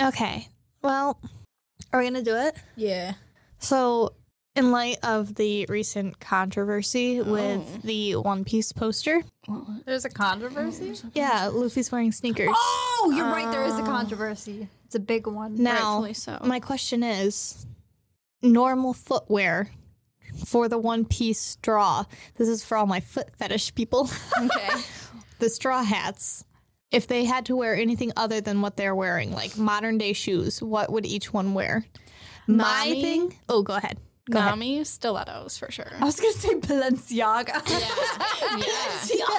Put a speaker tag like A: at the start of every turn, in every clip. A: Okay. Well, are we going to do it?
B: Yeah.
A: So, in light of the recent controversy
C: Oh.
A: with the One Piece poster,
D: There's a controversy.
A: yeah, Luffy's wearing sneakers.
D: Oh, you're right. There is a controversy. It's a big one.
A: now,
C: Rightfully so.
A: my question is normal footwear for the One Piece straw. This is for all my foot fetish people.
B: Okay.
A: the straw hats. If they had to wear anything other than what they're wearing, like modern day shoes, what would each one wear? My
C: Nami?
A: thing. Oh, go ahead. Go ahead.
C: Nami stilettos for sure.
B: I was gonna say Balenciaga.
C: yeah.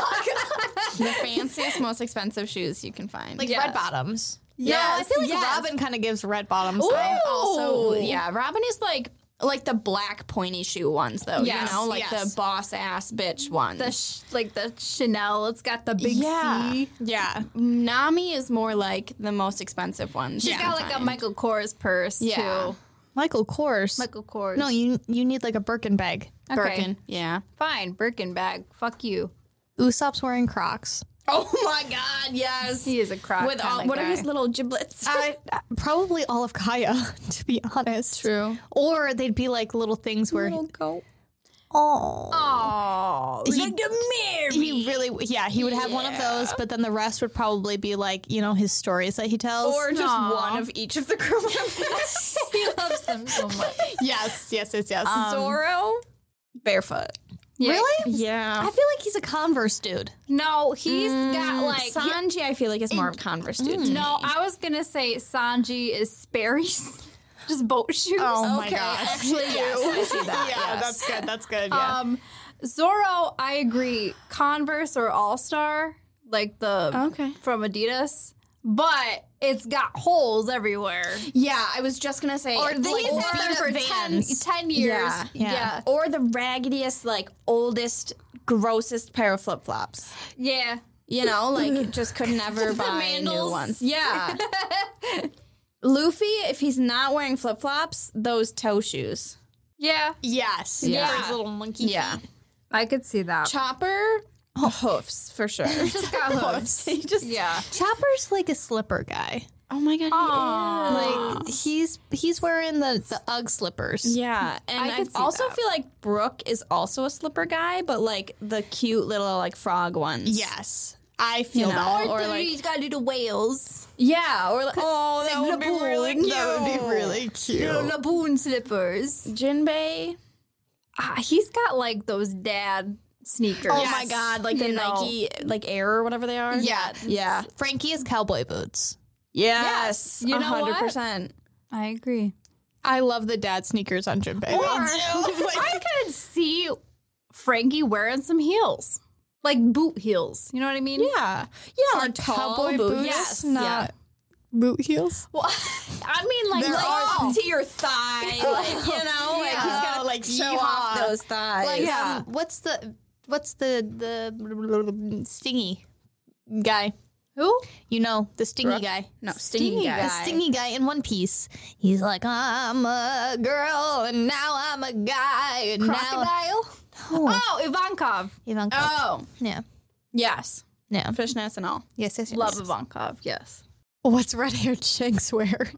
C: the fanciest, most expensive shoes you can find.
A: Like
B: Yes.
A: red bottoms. Yeah, I
B: Yes,
A: feel like
B: yes.
A: Robin kind of gives red bottoms.
C: I'm
A: vibe.
C: also yeah. Robin is like like the black pointy shoe ones though.
A: Yes,
C: you know, like
A: yes.
C: the boss ass bitch ones.
B: the sh- like the Chanel. It's got the big
C: Yeah.
B: C.
A: Yeah.
C: Nami is more like the most expensive one.
B: She's
C: you
B: got
C: can
B: like a
C: find.
B: Michael Kors purse
C: Yeah.
B: too.
A: Michael Kors.
B: Michael Kors.
A: no, you you need like a Birkin bag.
B: Okay.
C: Birkin. Yeah.
B: Fine, Birkin bag. Fuck you.
A: Usopp's wearing Crocs.
C: Oh my God! Yes.
B: He is a croc.
C: With all, what are his little giblets?
B: Uh,
A: I, probably all of Kaya, to be honest.
C: True.
A: Or they'd be like little things where
B: go?
A: oh.
B: Oh,
A: He-
B: like a mirror.
A: He really, yeah, he would have one of those, but then the rest would probably be like, you know, his stories that he tells.
C: Or just one of each of the crew members.
B: he loves them so much.
A: yes, yes, yes, yes.
B: Um,
C: Zoro, barefoot.
A: really?
C: Yeah.
A: I feel like he's a Converse dude.
B: No, he's got like.
C: Mm, Sanji, I feel like Mm. is more of Converse dude. to
B: no,
C: me. Oh
B: I was gonna say Sanji is Sperry's, just boat shoes.
A: my gosh.
C: actually, yes, I see that. yes.
A: good. That's good. Yeah.
B: Um, Zorro, I agree. Converse or All Star, like the
C: Okay.
B: from Adidas, but it's got holes everywhere.
C: yeah. I was just gonna say,
A: Or the-
B: He's
A: Or
B: had them for
A: the
B: 10,
A: Vans.
B: 10 years.
C: Yeah,
A: yeah.
B: yeah,
C: or the raggediest, like oldest, grossest pair of flip flops.
B: yeah.
C: You know, like just could never buy new
B: mandals.
C: ones. Yeah. Luffy, if he's not wearing flip flops, those toe shoes.
B: Yeah.
A: yes.
C: Yeah.
A: His little monkey.
C: Yeah.
B: I could see that.
C: Chopper, hoofs for sure.
B: Just got hooves.
C: he just
B: yeah.
A: Chopper's like a slipper guy.
C: Oh my god.
B: Aw.
A: Like he's he's wearing the the UGG slippers.
C: Yeah, and
B: I
C: I,
B: could see
C: also
B: that.
C: feel like Brooke is also a slipper guy, but like the cute little like frog ones.
A: Yes. I feel
C: You know?
A: that.
C: Or like-
B: he's got little whales.
C: yeah, or like oh, that
B: Like
C: would be
B: Laboon,
C: really cute.
A: That would be really
B: Little
A: cute.
B: laboon slippers.
C: Jinbei.
B: Ah, he's got like those dad sneakers.
C: Oh my god, like the
B: You know.
C: Nike like Air or whatever they are.
A: Yeah.
C: yeah,
A: Frankie has cowboy boots.
C: yes.
B: You know what?
C: percent.
B: I agree.
A: I love the dad sneakers on Jinbei.
B: I could see Frankie wearing some heels, like boot heels. You know what I mean?
C: Yeah, yeah, like tall
A: cowboy boots,
B: yes,
A: not boot heels.
B: Well, I mean, like,
A: There
B: like
C: Oh.
A: are-
B: to your thigh, like, you know, like
A: Yeah.
B: he's got
A: Oh, like,
B: like show
A: yeah.
B: off those thighs.
A: Like,
B: yeah.
A: um, what's the what's the the stingy guy?
B: Who?
A: You know the stingy guy.
C: No, stingy,
B: Stingy
C: guy.
A: The stingy guy in One Piece. He's like, I'm a girl and now I'm a guy and now
B: Crocodile.
A: oh,
B: Oh, Ivankov.
A: Ivankov.
C: Oh,
A: yeah,
C: yes,
A: yeah,
C: fishnets and all.
A: yes, yes, yes.
B: Love Ivankov. Yes.
A: What's red haired Shanks wear?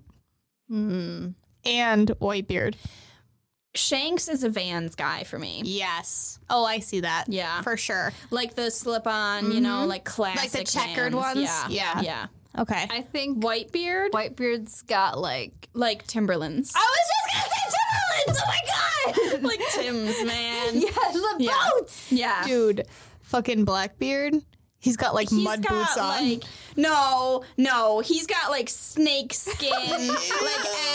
A: And white beard.
C: Shanks is a Vans guy for me.
A: Yes. Oh, I see that.
C: Yeah.
A: for sure.
C: Like the slip on, you know, like classic.
A: checkered
C: Vans.
A: ones?
C: Yeah.
A: Yeah.
C: Yeah.
A: Okay.
B: I think
C: Whitebeard,
B: Whitebeard's got like.
C: like Timberlands.
B: I was just gonna say Timberlands. Oh my god.
C: like Tim's, man.
B: yeah, the
C: Yeah.
B: boats.
C: Yeah.
A: dude, fucking Blackbeard. He's got like
C: He's
A: mud
C: got
A: boots on.
C: like no, no. He's got like snake skin, like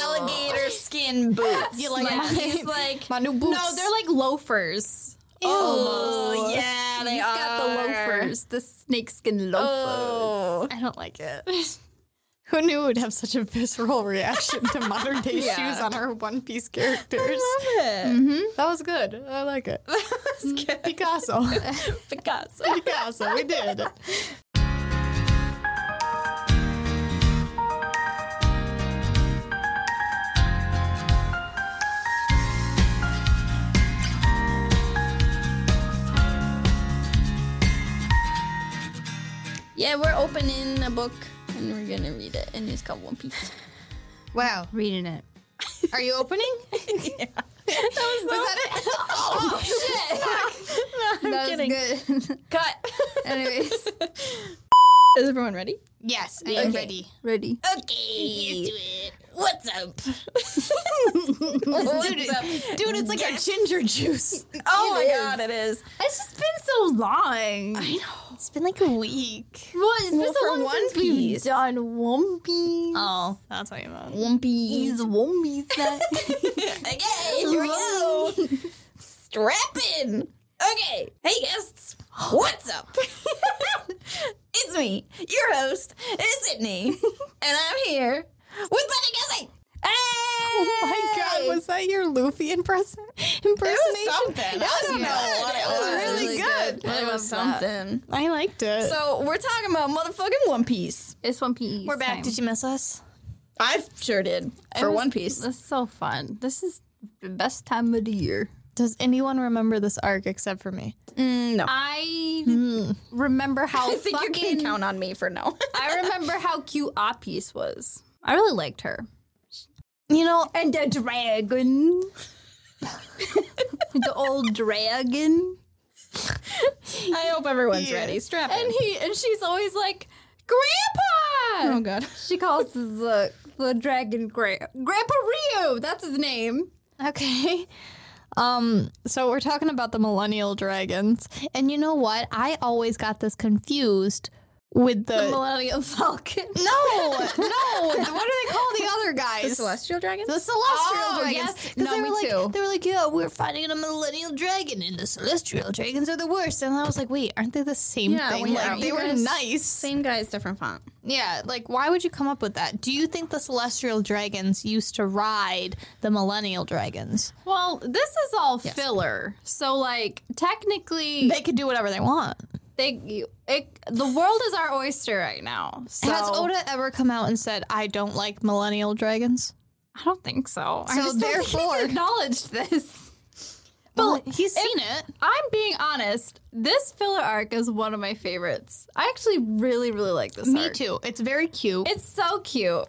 C: alligator skin boots.
A: You like my-
C: he's like
A: my new
B: No,
A: boots.
B: they're like loafers.
C: oh yeah, they
B: He's
C: are.
B: got the loafers, the snakeskin loafers.
C: Oh.
A: I don't like it. Who knew would have such a visceral reaction to modern day
B: Yeah.
A: shoes on our One Piece characters? That was good. I like it. Mm, Picasso.
C: Picasso.
A: Picasso, we did. it.
C: Yeah, we're opening a book and we're gonna read it, and it's called One Piece.
A: Wow.
B: Reading it.
A: Are you opening?
D: Was that it? oh shit!
A: I'm
D: that
A: kidding.
D: was good.
C: Cut.
D: Anyways,
E: Is everyone ready?
A: Yes, I am
D: Okay.
A: ready.
D: ready.
B: Uh,
C: Okay. What's up?
A: Dude, it- dude, it's like a ginger juice.
C: Oh my god, it is.
B: It's just been so long.
C: I know.
A: It's been like a week.
B: Well, it's been so
C: for
B: long
C: One
B: since
C: Piece.
B: we've done One Piece.
A: Oh, that's what you meant.
C: Wumpy.
B: Is One Piece that?
C: Okay, here we go. Strap in. Okay, hey guests, what's up? it's me, your host, Sydney, and I'm here with Buddy Guessing. Hey! Oh
A: God, was that your Luffy impress- impersonation?
C: something. I don't know what it was.
A: really good.
C: It was something.
A: I liked it.
C: So we're talking about motherfucking One Piece.
B: It's One Piece.
A: we're back. Did you miss us?
C: I sure did for One Piece.
B: That's so fun. This is the best time of the year.
A: Does anyone remember this arc except for me?
C: mm, no,
B: I remember how
C: I think you can
B: fucking-
C: count on me for no.
B: I remember how cute Appice was. I really liked her.
A: You know,
B: And the dragon. the old dragon.
C: I hope everyone's ready. Strap in.
B: And he and she's always like, Grandpa!
E: Oh god.
D: She calls the the dragon Grant.
B: Grandpa Rio! That's his name.
A: okay. Um, so we're talking about the millennial dragons. And you know what? I always got this confused with the,
B: Millennium Falcon.
A: No, no. What do they call the other guys?
C: Celestial dragon?
A: The celestial
B: Oh,
A: dragons.
B: yes.
A: 'Cause
B: No,
A: they were
B: me
A: like,
B: too.
A: They were like, yeah, we're fighting a millennial dragon, and the celestial dragons are the worst. And I was like, wait, aren't they the same
C: Yeah,
A: thing?
C: we
A: like,
C: are.
A: they
C: You
A: were
C: guys-
A: nice.
C: Same guys, different font.
A: Yeah, like, why would you come up with that? Do you think the celestial dragons used to ride the millennial dragons?
B: Well, this is all filler. So like technically
A: They could do whatever they want.
B: they it, the world is our oyster right now. So
A: Has Oda ever come out and said, I don't like millennial dragons?
B: I don't think so. I
A: So
B: just don't think he's
A: therefore-
B: acknowledged this.
A: Well, he's seen it.
B: I'm being honest. This filler arc is one of my favorites. I actually really, really like this.
A: Me
B: arc.
A: too. It's very cute.
B: It's so cute.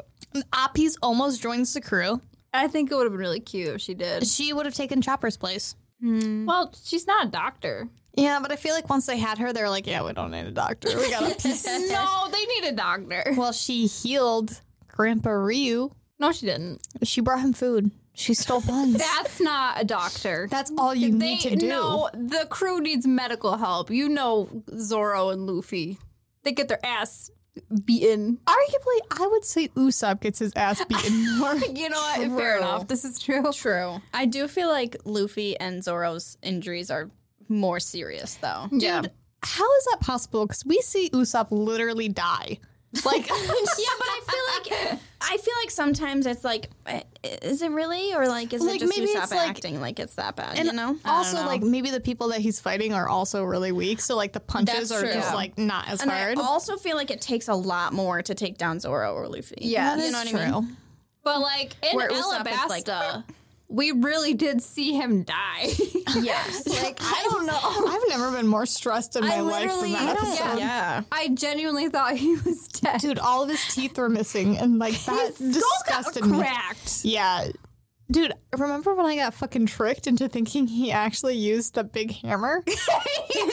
A: Appies almost joins the crew.
B: I think it would have been really cute if she did.
A: She would have taken Chopper's place.
B: Well, she's not a doctor.
A: Yeah, but I feel like once they had her, they were like, yeah, we don't need a doctor. We got a piece.
B: no, they need a doctor.
A: well, she healed Grandpa Ryu.
B: No, she didn't.
A: She brought him food. She stole buns.
B: That's not a doctor.
A: That's all you
B: they
A: need to do.
B: no, the crew needs medical help. You know, Zoro and Luffy, they get their ass beaten.
A: Arguably, I would say Usopp gets his ass beaten more.
B: You know what? Fair
C: True.
B: enough. This is true.
C: True. I do feel like Luffy and Zoro's injuries are more serious, though.
B: yeah.
A: How is that possible? Because we see Usopp literally die. Like,
C: Yeah, but I feel like I feel like sometimes it's like, eh, is it really, or like, is
A: Like,
C: it just
A: maybe
C: Usopp
A: it's like-
C: acting like it's that bad?
A: and
C: you know. Uh,
A: also like maybe the people that he's fighting are also really weak, so like the punches
C: That's
A: are
C: true.
A: just
C: Yeah.
A: like not as
C: And I
A: hard.
C: also feel like it takes a lot more to take down Zoro or Luffy.
B: Yeah,
C: you know what I mean.
B: But like in
C: Where Usopp is like,
B: Alabasta, we really did see him die.
C: Yes.
B: like I don't know.
A: I've never been more stressed in my life than
B: literally
A: that.
B: don't-
A: episode.
B: Yeah.
C: yeah.
B: I genuinely thought he was dead.
A: Dude, all of his teeth were missing, and like that disgusted me.
B: cracked.
A: Yeah. Dude, remember when I got fucking tricked into thinking he actually used the big hammer?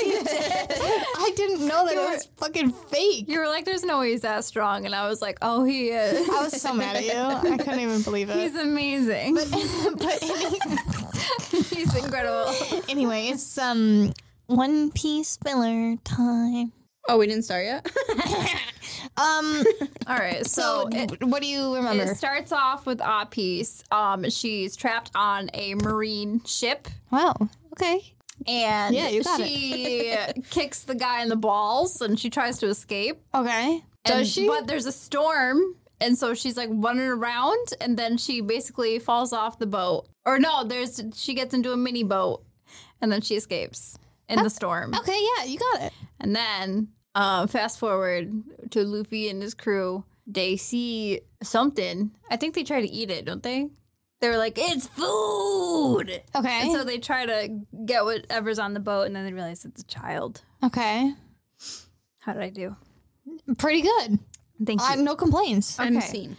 A: I didn't know that it was fucking fake.
B: You were like, "There's no way he's that strong," and I was like, "Oh, he is.
A: I was so mad at you. I couldn't even believe it.
B: He's amazing.
A: but any-
B: he's incredible."
A: anyway, it's um One Piece filler time.
C: Oh, we didn't start yet.
A: Um,
B: All right,
A: so
B: so. it-
A: w- what do you remember?
B: it starts off with Apis. Um, she's trapped on a marine ship,
A: wow. Okay.
B: and
A: Yeah, you got it.
B: she kicks the guy in the balls, and she tries to escape.
A: Okay. Does
B: And-
A: she?
B: But there's a storm, and so she's like running around, and then she basically falls off the boat. Or no, there's she gets into a mini boat, and then she escapes in the storm.
A: okay. Yeah, you got it.
B: And then uh, fast forward to Luffy and his crew. They see something. I think they try to eat it, don't they? They're like, it's food.
A: Okay.
B: And so they try to get whatever's on the boat, and then they realize it's a child.
A: okay.
B: How did I do?
A: Pretty good.
B: Thank you.
A: I no complaints.
C: I'm seen.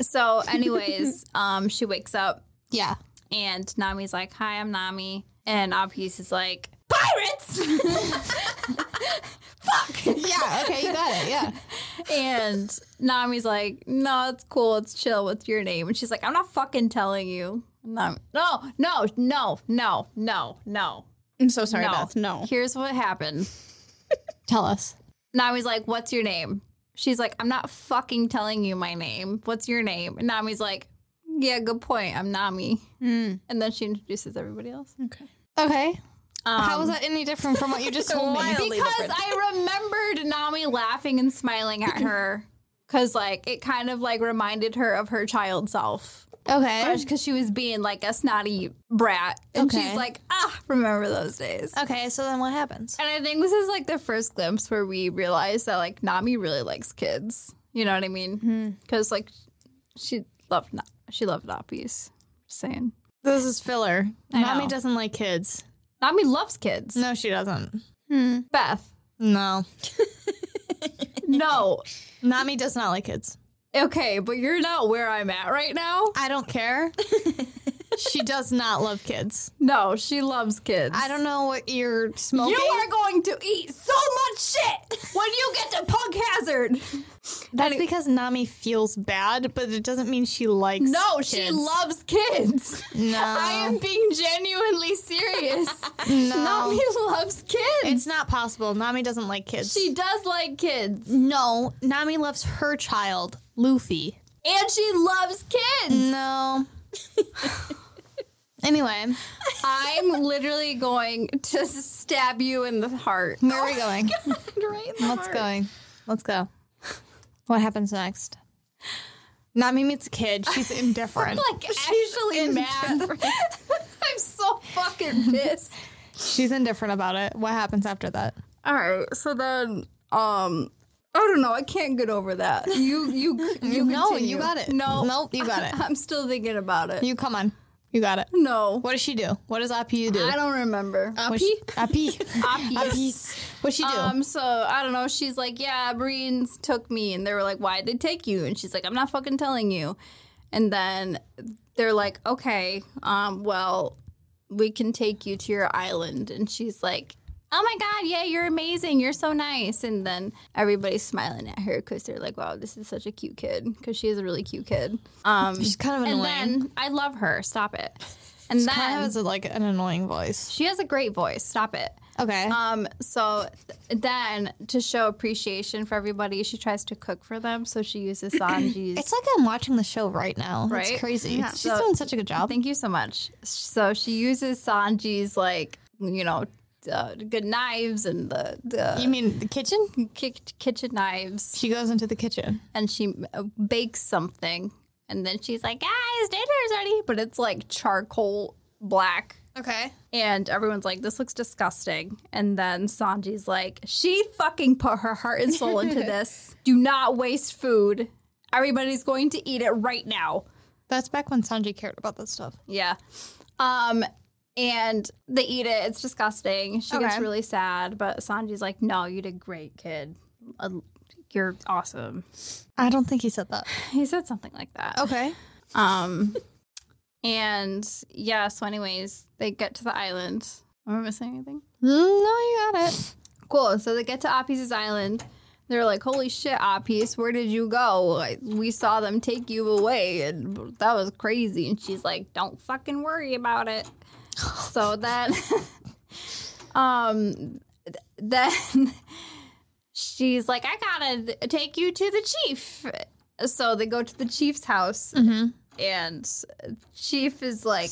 B: So, anyways, um, she wakes up
A: Yeah.
B: and Nami's like, "Hi, I'm Nami," and Apis is like,
A: Yeah. Okay. You got it. Yeah.
B: and Nami's like, "No, it's cool, it's chill. What's your name?" And she's like, "I'm not fucking telling you." No, no, no, no, no, no, no.
E: I'm so sorry,
B: no.
E: Beth. No.
B: Here's what happened.
A: Tell us.
B: Nami's like, What's your name? She's like, I'm not fucking telling you my name. What's your name? And Nami's like, Yeah, good point. I'm Nami.
E: Hmm.
B: And then she introduces everybody else.
E: Okay.
A: Okay.
B: Um,
A: How is that any different from what you just told me?
B: Because I remembered Nami laughing and smiling at her. Cause like it kind of like reminded her of her child self.
A: Okay.
B: Because she was being like a snotty brat. And she's
A: Okay.
B: like, ah, remember those days.
A: Okay. So then what happens?
B: Uh, And I think this is like the first glimpse where we realize that like Nami really likes kids. You know what I mean? Because like she loved Na- she loved Nappies. Just saying,
A: This is filler.
B: I
A: Mommy
B: know.
A: doesn't like kids.
B: Nami loves kids.
A: No, she doesn't.
B: Beth,
A: No.
B: no,
A: Nami does not like kids.
B: okay, but you're not where I'm at right now.
A: I don't care. she does not love kids.
B: No, she loves kids.
A: I don't know what you're smoking.
B: You are going to eat so much shit when you get to Pug Hazard.
A: That's because Nami feels bad, but it doesn't mean she likes.
B: No, she
A: kids.
B: loves kids.
A: No,
B: I am being genuinely serious.
A: no.
B: Nami loves kids.
A: It's not possible. Nami doesn't like kids.
B: She does like kids.
A: no. Nami loves her child, Luffy.
B: And she loves kids.
A: No. anyway,
B: I'm literally going to stab you in the heart.
A: where are we going? What's going? Let's go. What happens next? Nami meets a kid. She's indifferent.
B: Like, actually mad. I'm so fucking pissed.
A: She's indifferent about it. What happens after that?
B: All right. So then, um, I don't know. I can't get over that. You, you, you
A: No,
B: continue.
A: you got it.
B: No,
A: Nope, you got it.
B: I'm still thinking about it.
A: You come on. You got it.
B: no,
A: What does she do? What does Api do?
B: I don't remember.
A: What she- Api.
B: Obvious.
A: What she do?
B: Um, so I don't know. She's like, yeah, Marines took me, and they were like, why'd they take you? And she's like, I'm not fucking telling you. And then they're like, okay, um, well, we can take you to your island. And she's like, oh my god, yeah, you're amazing, you're so nice. And then everybody's smiling at her because they're like, wow, this is such a cute kid because she is a really cute kid. Um,
A: She's kind of
B: and
A: annoying.
B: then I love her. Stop it. And then
A: kind of has like an annoying voice.
B: she has a great voice. Stop it.
A: Okay.
B: Um, so th- then to show appreciation for everybody, she tries to cook for them. So she uses Sanji's.
A: it's like I'm watching the show right now.
B: Right?
A: It's crazy. She's
B: So-
A: doing such a good job.
B: Thank you so much. So she uses Sanji's like you know uh, good knives and the
A: You
B: the
A: mean the kitchen?
B: ki- kitchen knives,
A: She goes into the kitchen.
B: and she uh, bakes something, and then she's like, "Guys, dinner's ready," but it's like charcoal black.
A: Okay.
B: And everyone's like, this looks disgusting. And then Sanji's like, she fucking put her heart and soul into this. Do not waste food. Everybody's going to eat it right now.
A: That's back when Sanji cared about that stuff.
B: Yeah. Um, and they eat it. It's disgusting. She gets
A: Okay.
B: really sad, but Sanji's like, no, you did great, kid. Uh, You're awesome.
A: I don't think he said that.
B: He said something like that.
A: Okay.
B: Um, and yeah, so, anyways, they get to the island. Am I missing anything?
A: Mm, no, you got it.
B: Cool. So they get to Appi's island. They're like, "Holy shit, Appi's! Where did you go? Like, we saw them take you away, and that was crazy." And she's like, "Don't fucking worry about it." so then, um, th- then she's like, "I gotta take you to the chief." So they go to the chief's house, and chief is like,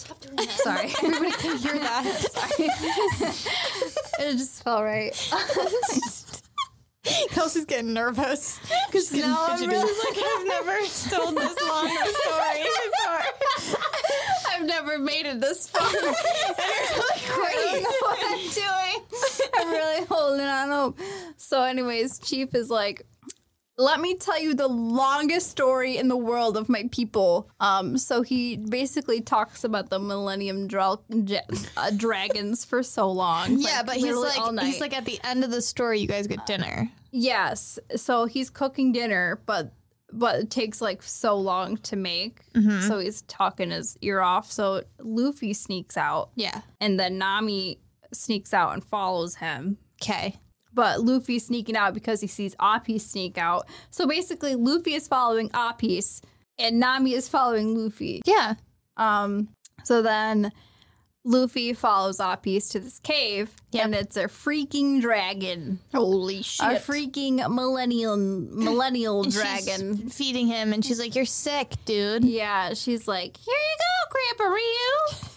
B: "Sorry."
A: You're that.
B: It just felt right.
A: Kelsey's getting nervous. She's getting
B: No, I'm
A: fidgety.
B: really-
A: like, I've never told this long of a story. before.
B: I've never made it this far. and I don't know what I'm doing. I'm really holding on hope. So, anyways, Chief is like, let me tell you the longest story in the world of my people. Um, so he basically talks about the Millennium dra- ja- uh, Dragons for so long.
A: Yeah, but he's
B: literally all
A: like,
B: night.
A: he's like, at the end of the story, you guys get dinner.
B: Yes. So he's cooking dinner, but but it takes like so long to make. So he's talking his ear off. So Luffy sneaks out,
A: Yeah.
B: and then Nami sneaks out and follows him.
A: Okay.
B: But Luffy's sneaking out because he sees Apis sneak out. So basically, Luffy is following Apis, and Nami is following Luffy.
A: Yeah.
B: Um, so then Luffy follows Apis to this cave, and it's a freaking dragon,
A: Holy
B: a freaking millennial millennial dragon.
A: feeding him, and she's like, "You're sick, dude."
B: Yeah, she's like, here you go, Grandpa Ryu.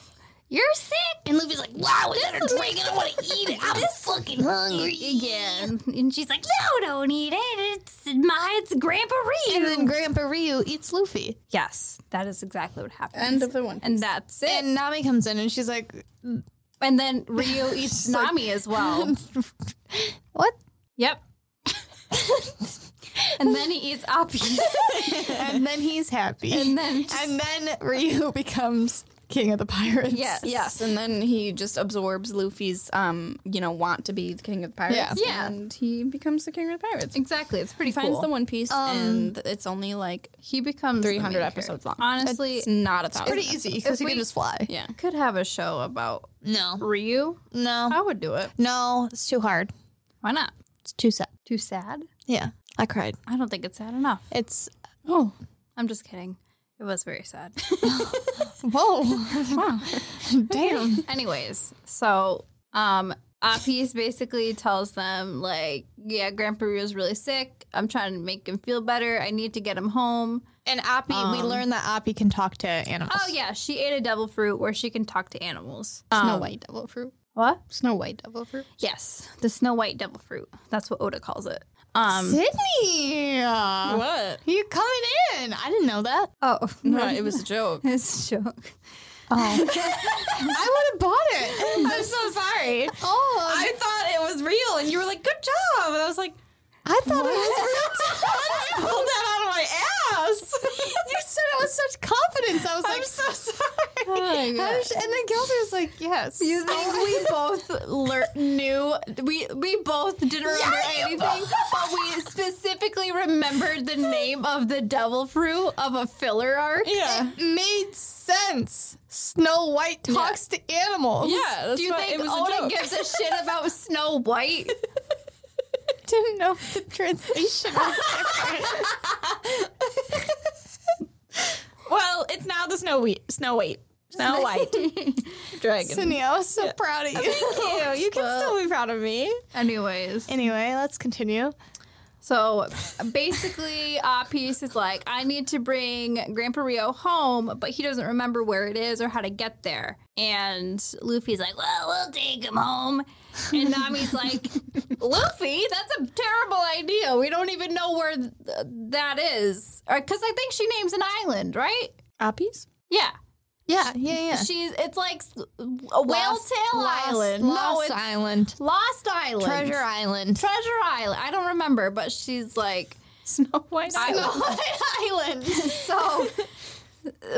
B: You're sick.
C: And Luffy's like, wow, is that a drink? I don't want to eat it. I'm fucking hungry.
B: Yeah, and she's like, no, don't eat it. It's my, it's Grandpa Ryu.
A: And then Grandpa Ryu eats Luffy,
B: yes, that is exactly what happens.
E: End of the one.
B: and that's it.
A: and Nami comes in, and she's like,
B: And then Ryu eats Nami as well.
A: "What?"
B: Yep. and then he eats Apis.
A: And then he's happy,
B: And then just-
A: and then Ryu becomes king of the pirates.
B: yeah,
E: Yes, and then he just absorbs Luffy's, um, you know, want to be the king of the pirates.
A: Yeah.
B: Yeah.
E: and he becomes the king of the pirates. Um,
B: exactly. It's pretty
E: He finds
B: cool.
E: the One Piece, and it's only like
B: he becomes the
E: three hundred
B: main
E: episodes long.
B: Honestly,
E: it's not a thousand.
A: pretty easy because
B: If
A: he
B: we-
A: can just fly.
E: Yeah,
B: character. Could have a show about
A: No,
B: Ryu. I
A: no,
B: would do it.
A: no. It's too hard.
B: Why not?
A: It's too sad.
B: Too sad?
A: Yeah, I cried.
B: I don't think it's sad enough.
A: It's
E: Oh,
B: I'm just kidding. It was very sad.
A: whoa,
B: wow.
A: damn.
B: Anyways, so um Apis basically tells them like, yeah, Grandpa Ryu's really sick. I'm trying to make him feel better. I need to get him home. Um,
A: And Appy, we learned that Appy can talk to animals.
B: Oh yeah, she ate a devil fruit where she can talk to animals.
E: Uh,
D: Snow
B: Um,
D: White Devil Fruit.
B: What?
D: Snow White Devil Fruit.
B: Yes, the Snow White devil fruit. That's what Oda calls it. Um
A: Sydney,
E: what?
A: you coming in? I didn't know that.
B: oh,
E: No, it was a joke.
B: it's a joke.
A: I would have bought it.
E: I'm so sorry.
A: Oh,
E: I thought it was real, and you were like, "Good job," and I was like,
A: I thought it was.
E: "I pulled that out of my ass."
A: You said it with such confidence. I was like, Oh
E: I'm so sorry.
A: How does she- and then Kelsey was like, yes.
B: You think
E: "Oh."
B: we both lear- knew? We we both didn't remember anything, but we specifically remembered the name of the devil fruit of a filler arc.
E: Yeah.
A: It made sense. Snow White talks to animals.
E: Yeah, that's
B: Do you
E: why
B: think
E: it was a
B: Oda
E: joke.
B: gives a shit about Snow White?
A: didn't know if the translation was
E: well, it's now the Snow Wheat, Snow White, Snow White Dragon.
A: Sydney. I was so proud of you.
E: Thank you. You can still be proud of me.
B: Anyways,
A: Anyway, let's continue.
B: so basically, Apis is like, I need to bring Grandpa Rio home, but he doesn't remember where it is or how to get there. And Luffy's like, Well, we'll take him home. And Nami's like, Luffy, that's a terrible idea. We don't even know where th- that is. Because I think she names an island, right?
E: Appies?
B: Yeah.
A: Yeah, yeah, yeah.
B: She's, it's like s- a whale
A: Lost-
B: tail
A: Lost-
B: island.
A: Lost
B: no, it's
A: Island.
B: Lost Island.
A: Treasure Island.
B: Treasure Island. I don't remember, but she's like,
E: Snow White.
B: Island. Island. So,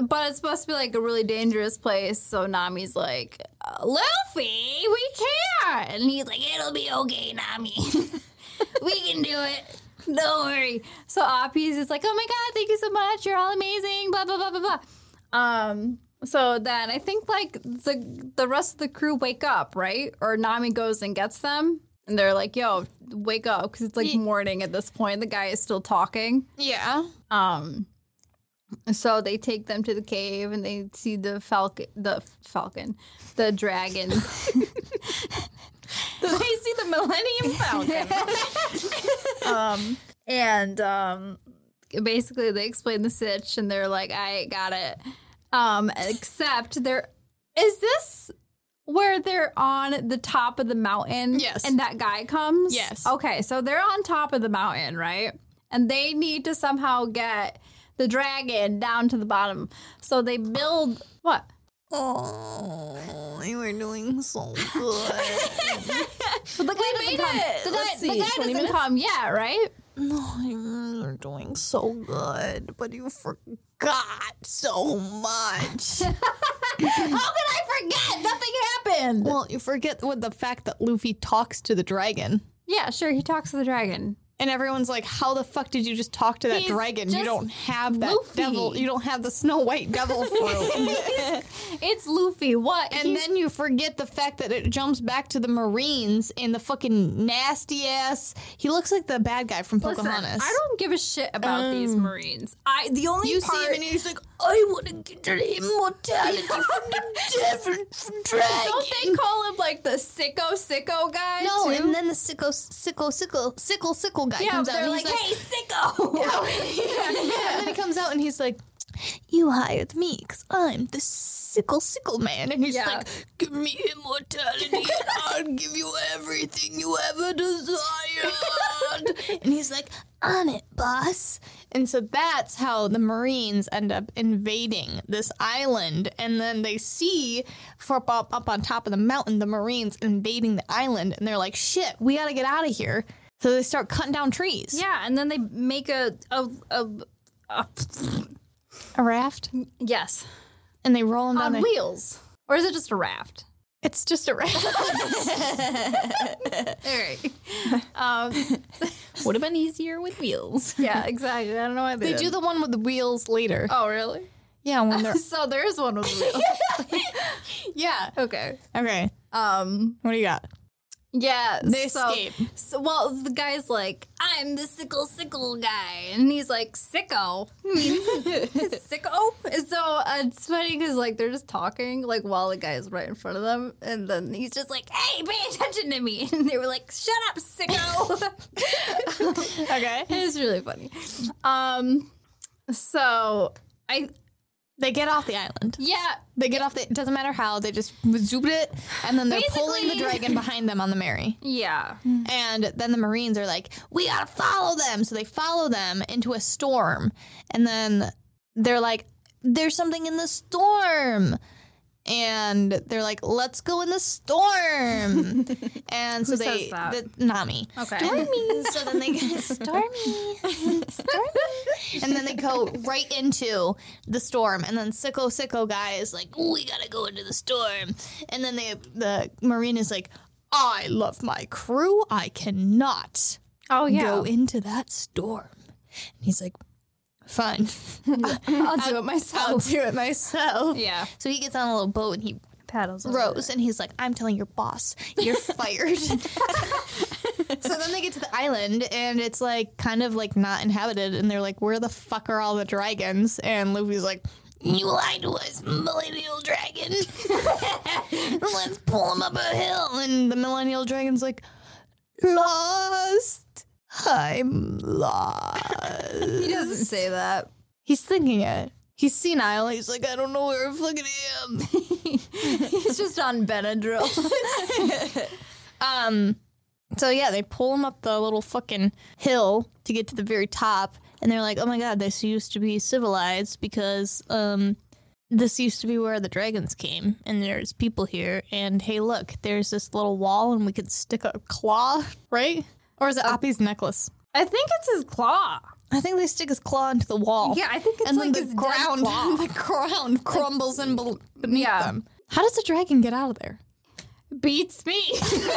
B: but it's supposed to be like a really dangerous place. So Nami's like, uh, Luffy, we can't. And he's like, it'll be okay, Nami. we can do it. Don't worry. So Appies is like, oh my God, thank you so much. You're all amazing. Blah, blah, blah, blah, blah. Um, so then I think like the the rest of the crew wake up, right? Or Nami goes and gets them, and they're like, "Yo, wake up!" Because it's like morning at this point. The guy is still talking.
A: Yeah.
B: Um, so they take them to the cave, and they see the falcon, the falcon, the dragon.
E: they see the Millennium Falcon.
B: um, and um, basically they explain the sitch, and they're like, "I got it." Um, except there is this where they're on the top of the mountain.
A: Yes.
B: and that guy comes.
A: Yes.
B: Okay, so they're on top of the mountain, right? And they need to somehow get the dragon down to the bottom. So they build what?
A: Oh, you were doing so good.
B: But the guy doesn't come. The guy,
E: Let's
B: the
E: see,
B: guy
E: 20
B: doesn't
E: minutes?
B: come yet, right?
A: No, you were doing so good, but you forgot so much.
B: How could I forget? Nothing happened.
A: well, you forget what the fact that Luffy talks to the dragon.
B: Yeah, sure. He talks to the dragon.
A: And everyone's like, "How the fuck did you just talk to that
B: He's
A: dragon? You
B: just
A: don't have that
B: Luffy.
A: devil. You don't have the Snow White devil fruit."
B: It's Luffy. What?
A: and
B: He's-
A: then you forget the fact that it jumps back to the Marines and the fucking nasty ass. He looks like the bad guy from
B: Listen,
A: Pocahontas.
B: I don't give a shit about these Marines. I the only
A: You
B: part
A: see him and he's like,
C: I want to get the immortality from the devil from dragon.
B: don't they call him like the sicko sicko guy?
A: "No!"
B: too?
A: And then the sickle, sickle, sickle, sickle, sickle guy
B: Yeah,
A: comes out.
B: they're
A: And he's
B: like,
A: like,
C: Hey, sicko!
A: and then he comes out and he's like, "You hired me because I'm the sickle sickle man," and he's
B: Yeah.
A: like, "Give me immortality, and I'll give you everything you ever desired," and he's like, "On it, boss." And so that's how the Marines end up invading this island, and then they see from up, up on top of the mountain the Marines invading the island, and they're like, "Shit, we gotta get out of here." So they start cutting down trees.
B: yeah, and then they make a a, a, a
A: A raft.
B: yes
A: And they roll them down a-
B: on wheels, or is it just a raft?
A: It's just a raft.
B: All right. Um,
E: Would have been easier with wheels.
B: yeah, exactly. I don't know why they,
A: they do the one with the wheels later.
B: Oh, really?
A: Yeah, when they're
B: So there is one with wheels.
A: yeah.
B: okay.
A: Okay,
B: Um.
A: what do you got?
B: Yeah,
A: They
B: so,
A: escape.
B: So, well, the guy's like, "I'm the sickle sickle guy," and he's like, "Sicko, sicko." And so uh, it's funny because like they're just talking like while the guy is right in front of them, and then he's just like, "Hey, pay attention to me," and they were like, "Shut up, sicko."
A: Okay,
B: it's really funny. Um, so I
A: they get off the island.
B: yeah,
A: They get off. The, it doesn't matter how. They just zoop it, and then they're pulling the
B: Basically-
A: dragon behind them on the Mary.
B: yeah,
A: And then the Marines are like, "We gotta follow them." So they follow them into a storm, and then they're like, "There's something in the storm." And they're like, "Let's go in the storm." and so they,
B: says that?
A: the Nami.
B: okay.
A: Stormy. so then they go, Stormy. Stormy. And then they go right into the storm. And then Sicko Sicko guy is like, we gotta go into the storm. And then they, the Marine is like, I love my crew. I cannot
B: Oh
A: go into that storm. And he's like, fine.
B: I'll do it
A: I'll
B: myself.
A: do it myself.
B: Oh. Yeah,
A: So he gets on a little boat and he
B: paddles. over
A: Rose, and he's like, "I'm telling your boss, you're fired." so then they get to the island, and it's like kind of like not inhabited, and they're like, "Where the fuck are all the dragons?" And Luffy's like,
C: You lied to us, millennial dragon. Let's pull him up a hill.
A: and the millennial dragon's like, "Lost, I'm lost."
B: He doesn't say that.
A: he's thinking it. He's senile. He's like, "I don't know where I fucking am."
B: He's just on Benadryl.
A: Um, so yeah, they pull him up the little fucking hill to get to the very top, and they're like, "Oh my god, this used to be civilized because um, this used to be where the dragons came, and there's people here, and hey, look, there's this little wall, and we could stick a claw, right? Or is it Appy's necklace?"
B: I think it's his claw.
A: I think they stick his claw into the wall.
B: Yeah, I think it's
A: and
B: like
A: then
B: his
A: the
B: dead
A: ground,
B: claw.
A: the ground crumbles in bel- beneath
B: Yeah.
A: them. How does the dragon get out of there?
B: Beats me.
A: Remember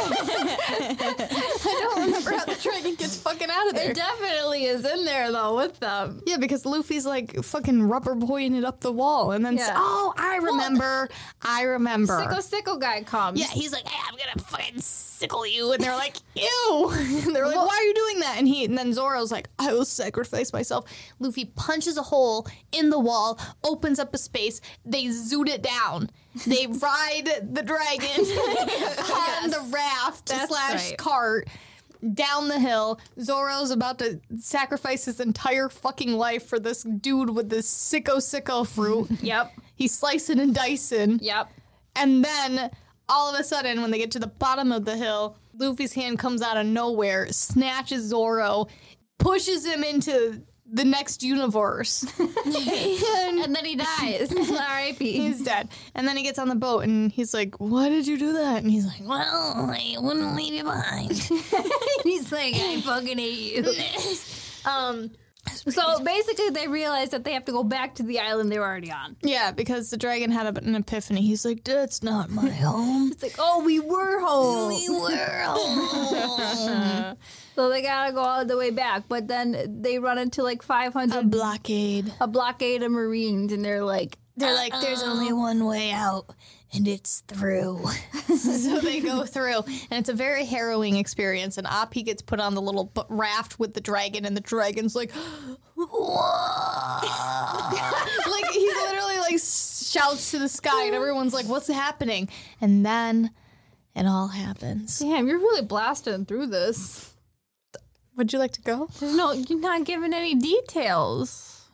A: how the dragon gets fucking out of there?
B: it definitely is in there though with them.
A: Yeah, because Luffy's like fucking rubber boying it up the wall, and then s-
B: Yeah.
A: oh, I remember, I remember.
B: Sicko Sicko guy comes.
A: yeah, he's like, hey, I'm gonna fucking sickle you, and they're like, ew. And they're like, why are you doing that? And he, and then Zoro's like, I will sacrifice myself. Luffy punches a hole in the wall, opens up a space. They zoot it down. They ride the dragon on the raft slash
B: right.
A: cart down the hill. Zoro's about to sacrifice his entire fucking life for this dude with this sicko sicko fruit.
B: Yep.
A: He's slicing and dicing.
B: Yep.
A: And then all of a sudden, when they get to the bottom of the hill, Luffy's hand comes out of nowhere, snatches Zoro, pushes him into the next universe. and
B: And then he dies. R.I.P.
A: he's dead. And then he gets on the boat and he's like, Why did you do that? And he's like,
C: Well, I wouldn't leave you behind.
B: He's like, I fucking hate you.
A: Um,
B: So basically, they realize that they have to go back to the island they were already on.
A: Yeah, because the dragon had an epiphany. He's like, that's not my home.
B: It's like, oh, we were home. So they gotta go all the way back, but then they run into like 500
A: a blockade.
B: a blockade of Marines, and they're like,
A: They're like, there's only one way out, and it's through. so they go through, and it's a very harrowing experience. And Api gets put on the little bu- raft with the dragon, and the dragon's like, like he literally like shouts to the sky, and everyone's like, "What's happening?" And then it all happens.
B: damn, you're really blasting through this.
A: Would you like to go?
B: There's no, you're not giving any details.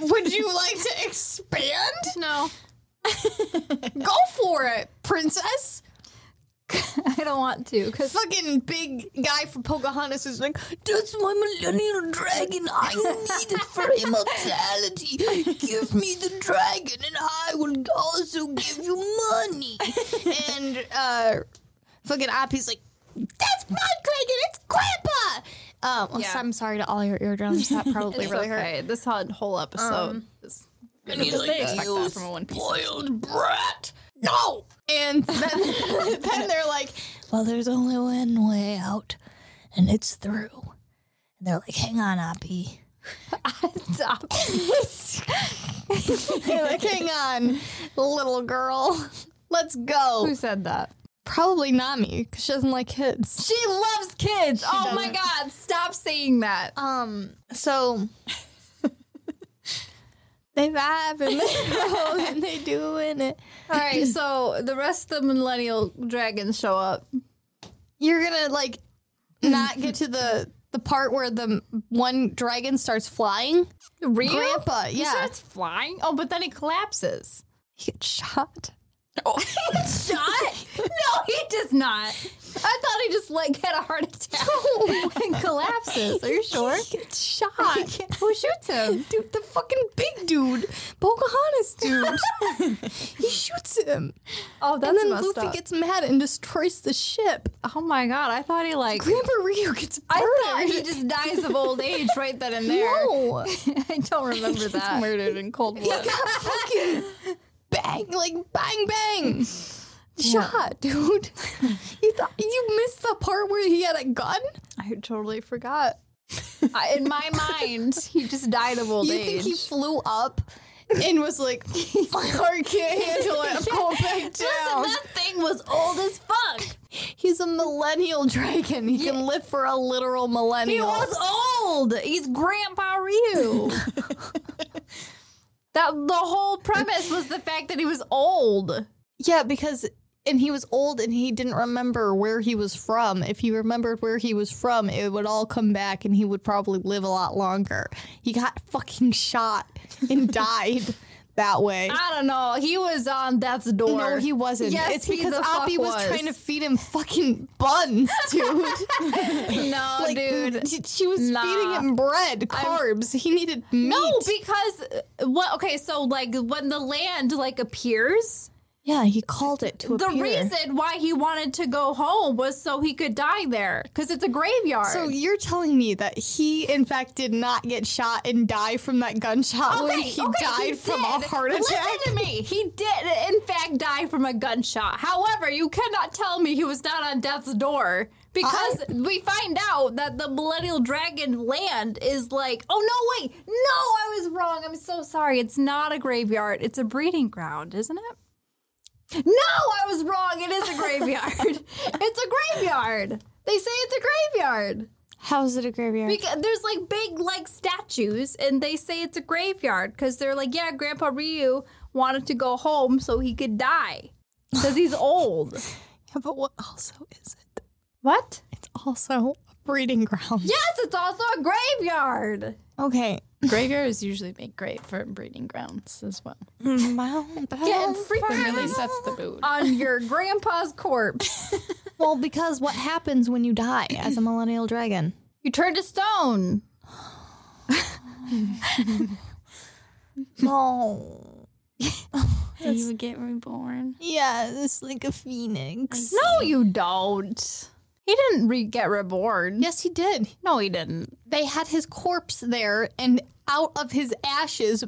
A: Would you like to expand?
B: No,
A: Go for it, princess.
B: I don't want to, because
A: fucking big guy from Pocahontas is like, that's my millennial dragon. I need it for immortality. Give me the dragon, and I will also give you money. and uh, fucking Oppie's like, that's my dragon. It's Grandpa. Um, well,
B: Yeah.
A: I'm sorry to all your eardrums. That probably
B: it's
A: really hurt.
B: okay. This whole, whole episode
E: Um,
B: is
A: And he's like,
E: that from a One Piece.
A: spoiled brat. No. And then, then they're like, well, there's only one way out, and it's through. And they're like, hang on, Oppie.
B: stop.
A: They're like, hang on, little girl. Let's go.
B: Who said that?
A: Probably Nami, because she doesn't like kids.
B: She loves kids. oh my
A: doesn't.
B: god, stop saying that.
A: Um, so they vibe and they go and they doing it.
B: All right, so the rest of the millennial dragons show up.
A: you're gonna like not get to the the part where the one dragon starts flying.
B: Real?
A: Grandpa,
B: He
A: yeah,
B: starts flying. Oh, but then he collapses.
A: he gets shot.
B: Shot? no, he does not. I thought he just like had a heart attack and collapses. Are you sure?
A: He gets shot.
B: Who shoots him?
A: Dude, the fucking big dude, Pocahontas dude. he shoots him,
B: Oh, that's
A: and then
B: messed
A: Luffy
B: up.
A: gets mad and destroys the ship.
B: Oh my god, I thought he like.
A: Grandpa Ryu gets
B: I
A: murdered.
B: thought he just dies of old age right then and there.
A: no,
B: I don't remember that.
E: murdered in cold blood.
A: fucking bang, like bang bang. Shot, dude. You thought you missed the part where he had a gun?
B: I totally forgot. I, in my mind, he just died of old
A: you
B: age.
A: think he flew up and was like, I can't handle it. I'm going back down.
B: Listen, that thing was old as fuck.
A: He's a millennial dragon. He can live for a literal
B: He
A: millennial.
B: was old. He's Grandpa Ryu. that the whole premise was the fact that he was old.
A: yeah, because and he was old and he didn't remember where he was from. If he remembered where he was from, it would all come back and he would probably live a lot longer. He got fucking shot and died that way.
B: I don't know. He was on death's door.
A: No, he wasn't.
B: Yes,
A: it's
B: he
A: because
B: the fuck
A: Oppie was.
B: was.
A: trying to feed him fucking buns, dude.
B: no,
A: Like,
B: Oh, dude.
A: she- she was
B: nah.
A: feeding him bread, carbs. he needed meat.
B: No, because uh, what? Okay, so like when the land like appears,
A: yeah, he called it to
B: the
A: appear.
B: reason why he wanted to go home was so he could die there because it's a graveyard.
A: So you're telling me that he, in fact, did not get shot and die from that gunshot when
B: Okay,
A: he
B: okay,
A: died
B: he
A: from a
B: did.
A: heart attack?
B: Listen to me. He did, in fact, die from a gunshot. However, you cannot tell me he was not on death's door because we find out that the Millennial Dragon land is like, oh, no, wait. No, I was wrong. I'm so sorry. It's not a graveyard, it's a breeding ground, isn't it? No, I was wrong. It is a graveyard. it's a graveyard. They say it's a graveyard.
A: How is it a graveyard?
B: Because there's like big like statues, and they say it's a graveyard because they're like, yeah, Grandpa Ryu wanted to go home so he could die because he's old.
A: Yeah, but what also is it?
B: What?
A: It's also a breeding ground.
B: Yes, it's also a graveyard.
A: Okay.
E: Graveyard is usually made great for breeding grounds as well.
A: Well,
B: Getting
E: It
B: freaking
E: really sets the mood.
B: Oh, on your grandpa's corpse.
A: well, because what happens when you die as a millennial dragon?
B: You turn to stone.
A: No.
E: And you would get reborn.
A: Yeah, it's like a phoenix.
B: No, you don't. He He didn't re- get reborn.
A: Yes, he did.
B: No, he didn't.
A: They had his corpse there, and out of his ashes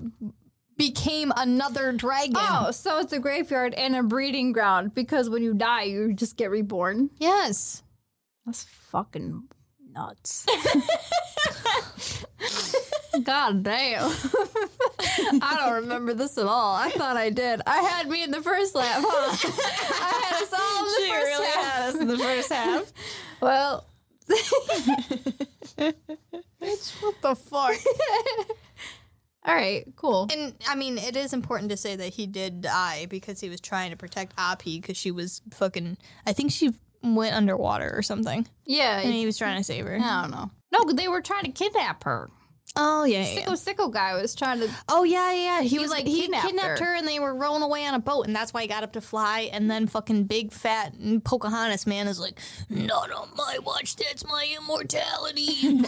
A: became another dragon.
B: Oh, so it's a graveyard and a breeding ground because when you die, you just get reborn.
A: Yes.
B: That's fucking nuts. God damn. I don't remember this at all. I thought I did. I had me in the first lap, huh? I had us all in the first lap.
C: us in the first half.
B: Well,
A: What the fuck?
B: all right, cool.
A: and I mean, it is important to say that he did die because he was trying to protect Api because she was fucking. I think she went underwater or something,
B: Yeah,
A: and he was trying to save her.
B: I don't know. No, they were trying to kidnap her.
A: Oh yeah, yeah, yeah.
B: Sicko Sicko guy was trying to.
A: Oh yeah, yeah. yeah. He, was
B: like,
A: like he
B: kidnapped
A: kidnapped,
B: her.
A: her. and they were rolling away on a boat, and that's why he got up to fly. And then fucking big fat Pocahontas man is like, "Not on my watch. That's my immortality."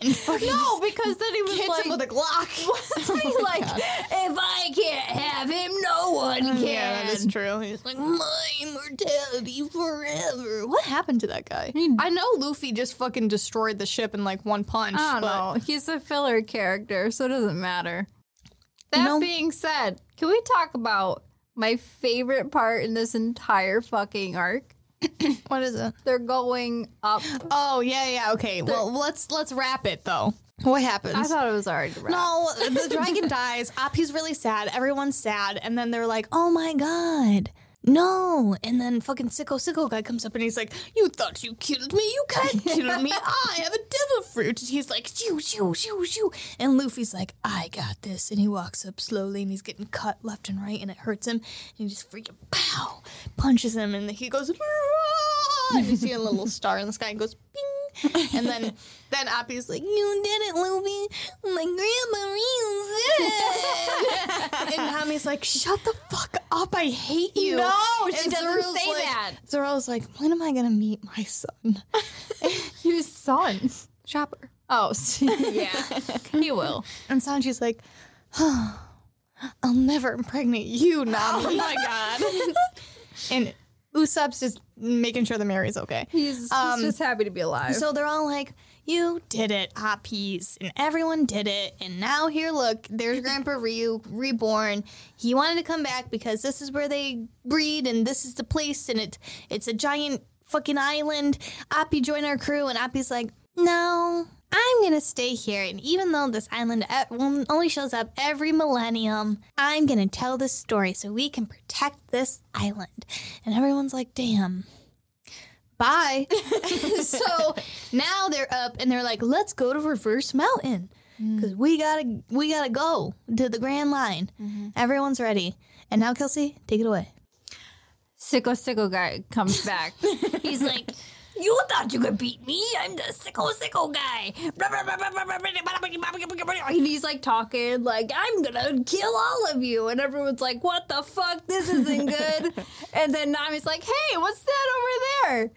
A: and fucking
B: No, because then he was
A: hits him with a Glock.
B: like, if I can't have him, no one can.
A: true. He's like, "My immortality forever." What happened to that guy? I know Luffy just fucking destroyed the ship in like one punch.
B: I don't know. He's a filler character, so it doesn't matter. That being said, can we talk about my favorite part in this entire fucking arc?
A: What is it?
B: They're going up.
A: Oh yeah, yeah. Okay. Well, let's let's wrap it though. What happens?
B: I thought it was already wrapped.
A: No, the dragon dies. Appy's really sad. Everyone's sad. And then they're like, oh my god. No. And then fucking sicko sicko guy comes up and he's like, You thought you killed me? You can't kill me. I have a devil fruit. And he's like, shoo, shoo, shoo, shoo. And Luffy's like, I got this. And he walks up slowly and he's getting cut left and right and it hurts him. And he just freaking pow punches him and he goes, "Rah!" and you see a little star in the sky and goes, ping. And then then Appy's like, You did it, Luffy. My grandma real good. and Nami's like, Shut the fuck up. I hate you.
B: No, she
A: And
B: doesn't
A: Zoro's
B: say
A: like-
B: that.
A: Zoro's like, When am I going to meet my son?
B: His son.
A: Chopper.
B: Oh, s- yeah. he will.
A: And Sanji's like, oh, I'll never impregnate you, Nami. Oh my God. and Usopp's just making sure that Mary's okay. Um,
B: He's, he's just happy to be alive.
A: So they're all like, "You did it, Appies," and everyone did it. And now here, look, there's Grandpa Ryu reborn. He wanted to come back because this is where they breed, and this is the place, and it it's a giant fucking island. Appy joined our crew, and Appy's like, "No." I'm gonna stay here, and even though this island e- only shows up every millennium, I'm gonna tell this story so we can protect this island. And everyone's like, damn bye. so now they're up and they're like, let's go to Reverse Mountain because we gotta we gotta go to the Grand Line. Everyone's ready. And now, Kelsey, take it away.
B: Sicko Sicko guy comes back.
C: He's like, you thought you could beat me? I'm the sicko sicko guy.
B: and he's like talking like i'm gonna kill all of you and everyone's like what the fuck this isn't good and then nami's like hey what's that over there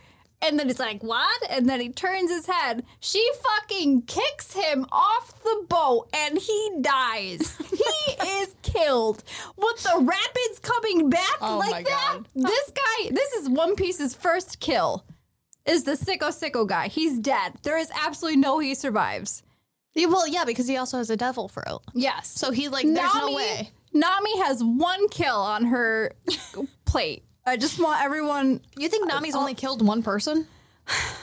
B: and then he's like what and then he turns his head she fucking kicks him off the boat and he dies he is killed with the rapids coming back like that this guy this is one piece's first kill is the sicko sicko guy he's dead there is absolutely no he survives
A: Yeah, well, yeah, because he also has a devil fruit.
B: yes
A: So he like, there's no way.
B: Nami has one kill on her plate. I just want everyone
A: You think Nami's only killed one person?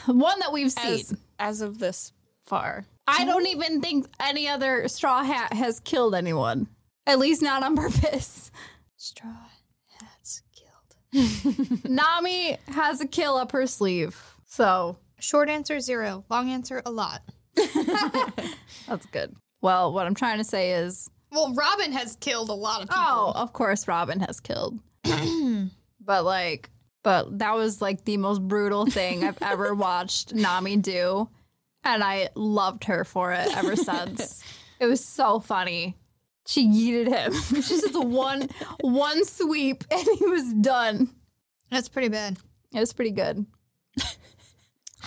B: one that we've seen.
E: As, as of this far.
B: I don't even think any other straw hat has killed anyone. At least not on purpose. Straw hats killed. Nami has a kill up her sleeve. So
A: Short answer zero. Long answer a lot.
B: that's good. Well, what I'm trying to say is
A: Well, Robin has killed a lot of people.
B: Oh, of course Robin has killed. but like but that was like the most brutal thing I've ever watched Nami do. And I loved her for it ever since. it was so funny. She yeeted him. She just one one sweep and he was done.
A: That's pretty bad.
B: It was pretty good.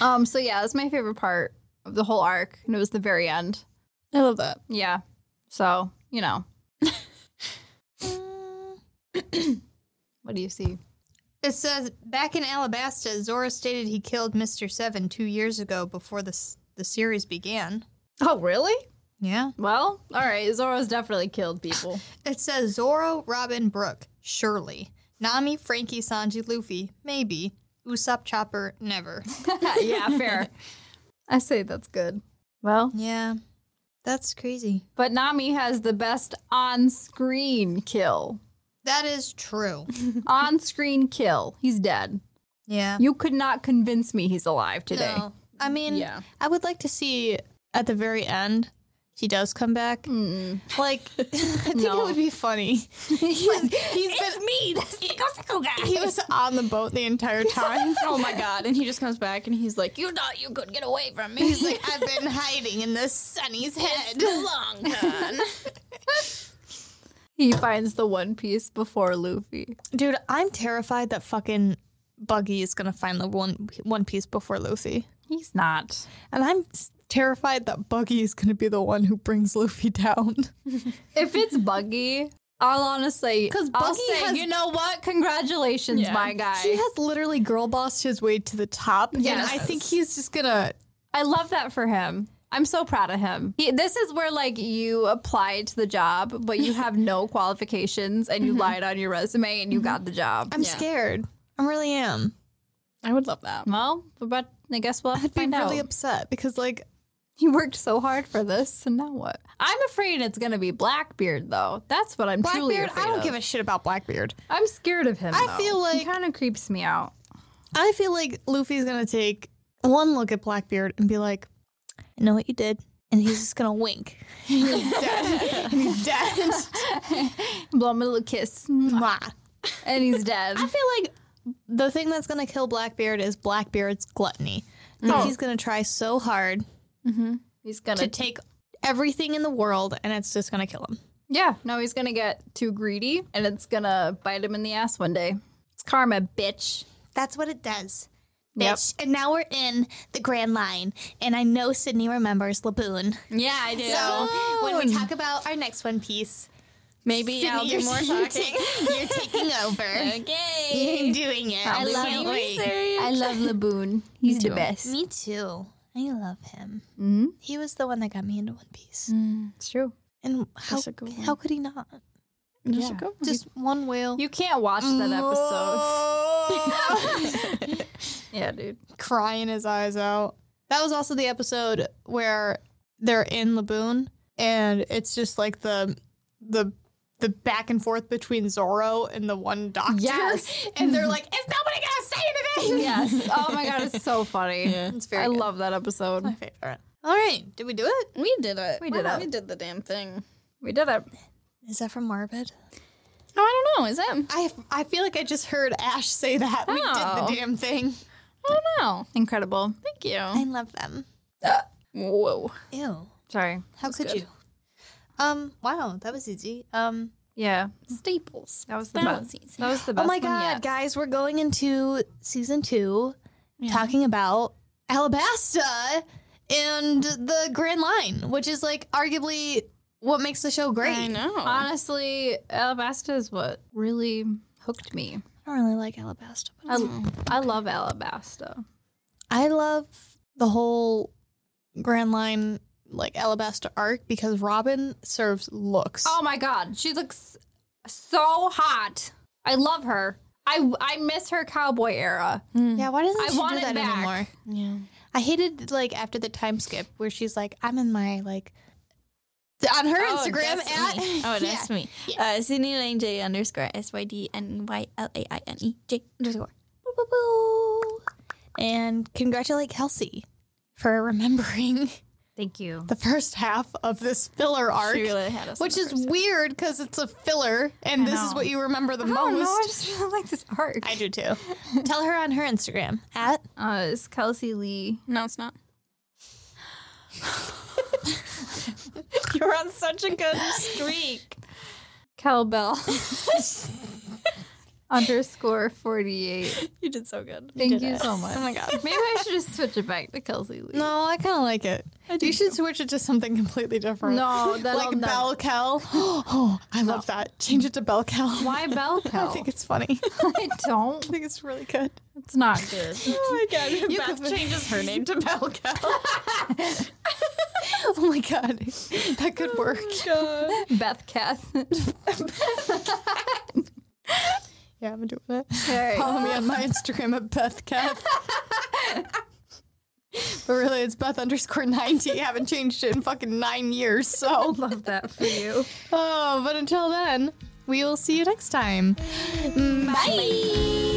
B: um, so yeah, that's my favorite part of the whole arc, and it was the very end.
E: I love that.
B: Yeah. So,
A: Mm.
B: you know. what do you see?
D: It says back in Alabasta, Zora stated he killed Mister Seven two years ago before the s- the series began.
B: Oh, really?
D: Yeah.
B: Well, all right. Zoro's definitely killed people.
D: It says Zoro, Robin, Brooke, Shirley, Nami, Frankie, Sanji, Luffy, maybe Usopp, Chopper, never.
B: yeah, fair. I say that's good. Well,
D: Yeah, that's crazy.
B: but Nami has the best on-screen kill.
D: That is true.
B: on-screen kill. He's dead.
D: Yeah.
B: You could not convince me he's alive today.
D: No.
A: I mean,
E: Yeah.
A: I would like to see at the very end she does come back.
B: Mm-mm.
A: Like, I think it would be funny. he's been
C: me, that's the Costco guy.
A: he was on the boat the entire time.
E: Oh my god! And he just comes back and he's like,
C: You thought you could get away from me.
A: He's like, I've been hiding in the Sunny's head.
C: the long con.
B: He finds the One Piece before Luffy.
A: Dude, I'm terrified that fucking Buggy is gonna find the one One Piece before Luffy,
B: He's not.
A: and I'm s- terrified that Buggy is gonna be the one who brings Luffy down.
B: If it's Buggy, I'll honestly, because I'll
A: Buggy
B: say,
A: has-
B: you know what? Congratulations, my guy.
A: He has literally girl bossed his way to the top,
B: Yes.
A: and I think he's just gonna.
B: I love that for him. I'm so proud of him. He, this is where like you applied to the job, but you have no qualifications and you lied on your resume and you got the job.
A: Mm-hmm. I'm scared. I really am.
E: "I would love that."
B: Well, but I guess we'll have to
A: I'd be
B: find
A: really
B: out.
A: upset because like
B: He worked so hard for this, and now what? I'm afraid it's gonna be Blackbeard though. That's what I'm truly
A: Blackbeard,
B: afraid
A: I don't give
B: A-
A: a shit about Blackbeard.
B: I'm scared of him.
A: I
B: though.
A: feel
B: he
A: like-
B: kind of creeps me out.
A: I feel like Luffy's gonna take one look at Blackbeard and be like, "I know what you did," and he's just gonna wink. he's dead. And he's dead.
B: Blow him a little kiss,
A: Mwah.
B: and he's dead.
A: I feel like the thing that's gonna kill Blackbeard is Blackbeard's gluttony. I think he's gonna try so hard
B: He's gonna
A: to take everything in the world, and it's just gonna kill him.
B: Yeah, no, he's gonna get too greedy and it's gonna bite him in the ass one day. It's karma, bitch.
A: That's what it does.
B: Yep.
A: Bitch. And now we're in the Grand Line, and I know Sydney remembers Laboon.
B: Yeah, I do.
A: So when we talk about our next One Piece,
E: Maybe I'll do more talking.
A: you're taking over.
C: okay.
A: You're doing it. I
B: Probably
A: love
B: can't
A: you.
B: I love Laboon. He's the best.
A: Me too. I love him.
B: Mm-hmm.
A: He was the one that got me into One Piece.
B: It's true.
A: And how,
E: That's a good one.
A: how could he not?
E: Just go.
A: Just one whale.
B: You can't watch that episode. yeah, dude.
A: crying his eyes out. That was also the episode where they're in Laboon and it's just like the the the back and forth between Zoro and the one doctor.
B: Yes.
A: And they're like, Is nobody gonna say anything?
B: Yes. Oh my god, it's so funny.
A: It's very
B: I
A: good.
B: love that episode.
A: my favorite. All right. Did we do it?
E: We did it.
B: We did it.
E: We did the damn thing.
B: We did it.
A: Is that from Morbid?
E: Oh, I don't know. Is it?
A: I I feel like I just heard Ash say that. We
E: Oh.
A: did the damn thing.
E: I don't know.
B: Incredible.
E: Thank you.
A: I love them.
E: Whoa.
A: Ew.
B: Sorry.
A: How could you? Um, wow, that was easy. Um
B: Yeah.
E: Staples.
B: That was the best. That was the best.
A: Oh my
B: one
A: god,
B: yet.
A: guys, we're going into season two talking about Alabasta and the Grand Line, which is like arguably what makes the show great.
E: I know.
B: Honestly, Alabasta is what really hooked me.
A: I don't really like Alabasta, but
B: I, I love Alabasta.
A: Um, I love the whole Grand Line like Alabasta arc because Robin serves looks.
B: Oh my god, she looks so hot. I love her. I I miss her cowboy era.
A: yeah, why doesn't
B: I
A: she
B: want
A: do
B: it
A: that
B: back.
A: anymore?
E: Yeah.
A: I hated like after the time skip where she's like, I'm in my like on her
E: Oh,
A: Instagram
E: that's
A: at
E: me. Oh,
A: Yeah.
E: that's me. Uh, Sydney Lane J underscore S Y D N Y L A I N E J underscore.
A: Boo, boo, boo. And congratulate Kelsey for remembering
B: Thank you.
A: the first half of this filler arc,
E: had us.
A: which is weird because it's a filler and this is
B: know.
A: what you remember the
B: Oh no, I
A: most.
B: just really like this arc.
A: I do too. Tell her on her Instagram at
B: Uh, it's Kelsey Lee.
E: no, it's not.
A: You're on such a good.
B: Kelbell. underscore 48.
C: You did so good.
B: Thank you so much.
A: Oh my god.
B: Maybe I should just switch it back to Kelsey Lee.
A: No, I kind of like it. You should switch it to something completely different.
B: No, that'll
A: like
B: never-
A: Bell Cal. Oh, I love that. Change it to Bell Cal.
B: Why bell cow?
A: I think it's funny. I
B: I don't.
A: think it's really good.
B: It's not good.
C: Oh my god. Beth changes her name to Bell Cow.
A: Oh my god, that
C: Oh
A: could work.
B: Beth Kath.
A: Yeah, I'm doing it.
B: Alright.
A: Follow me on my Instagram at Beth Cat. but really, it's Beth underscore ninety. Haven't changed it in fucking nine years. So,
B: Love that for you.
A: oh, but until then, we will see you next time.
F: Bye.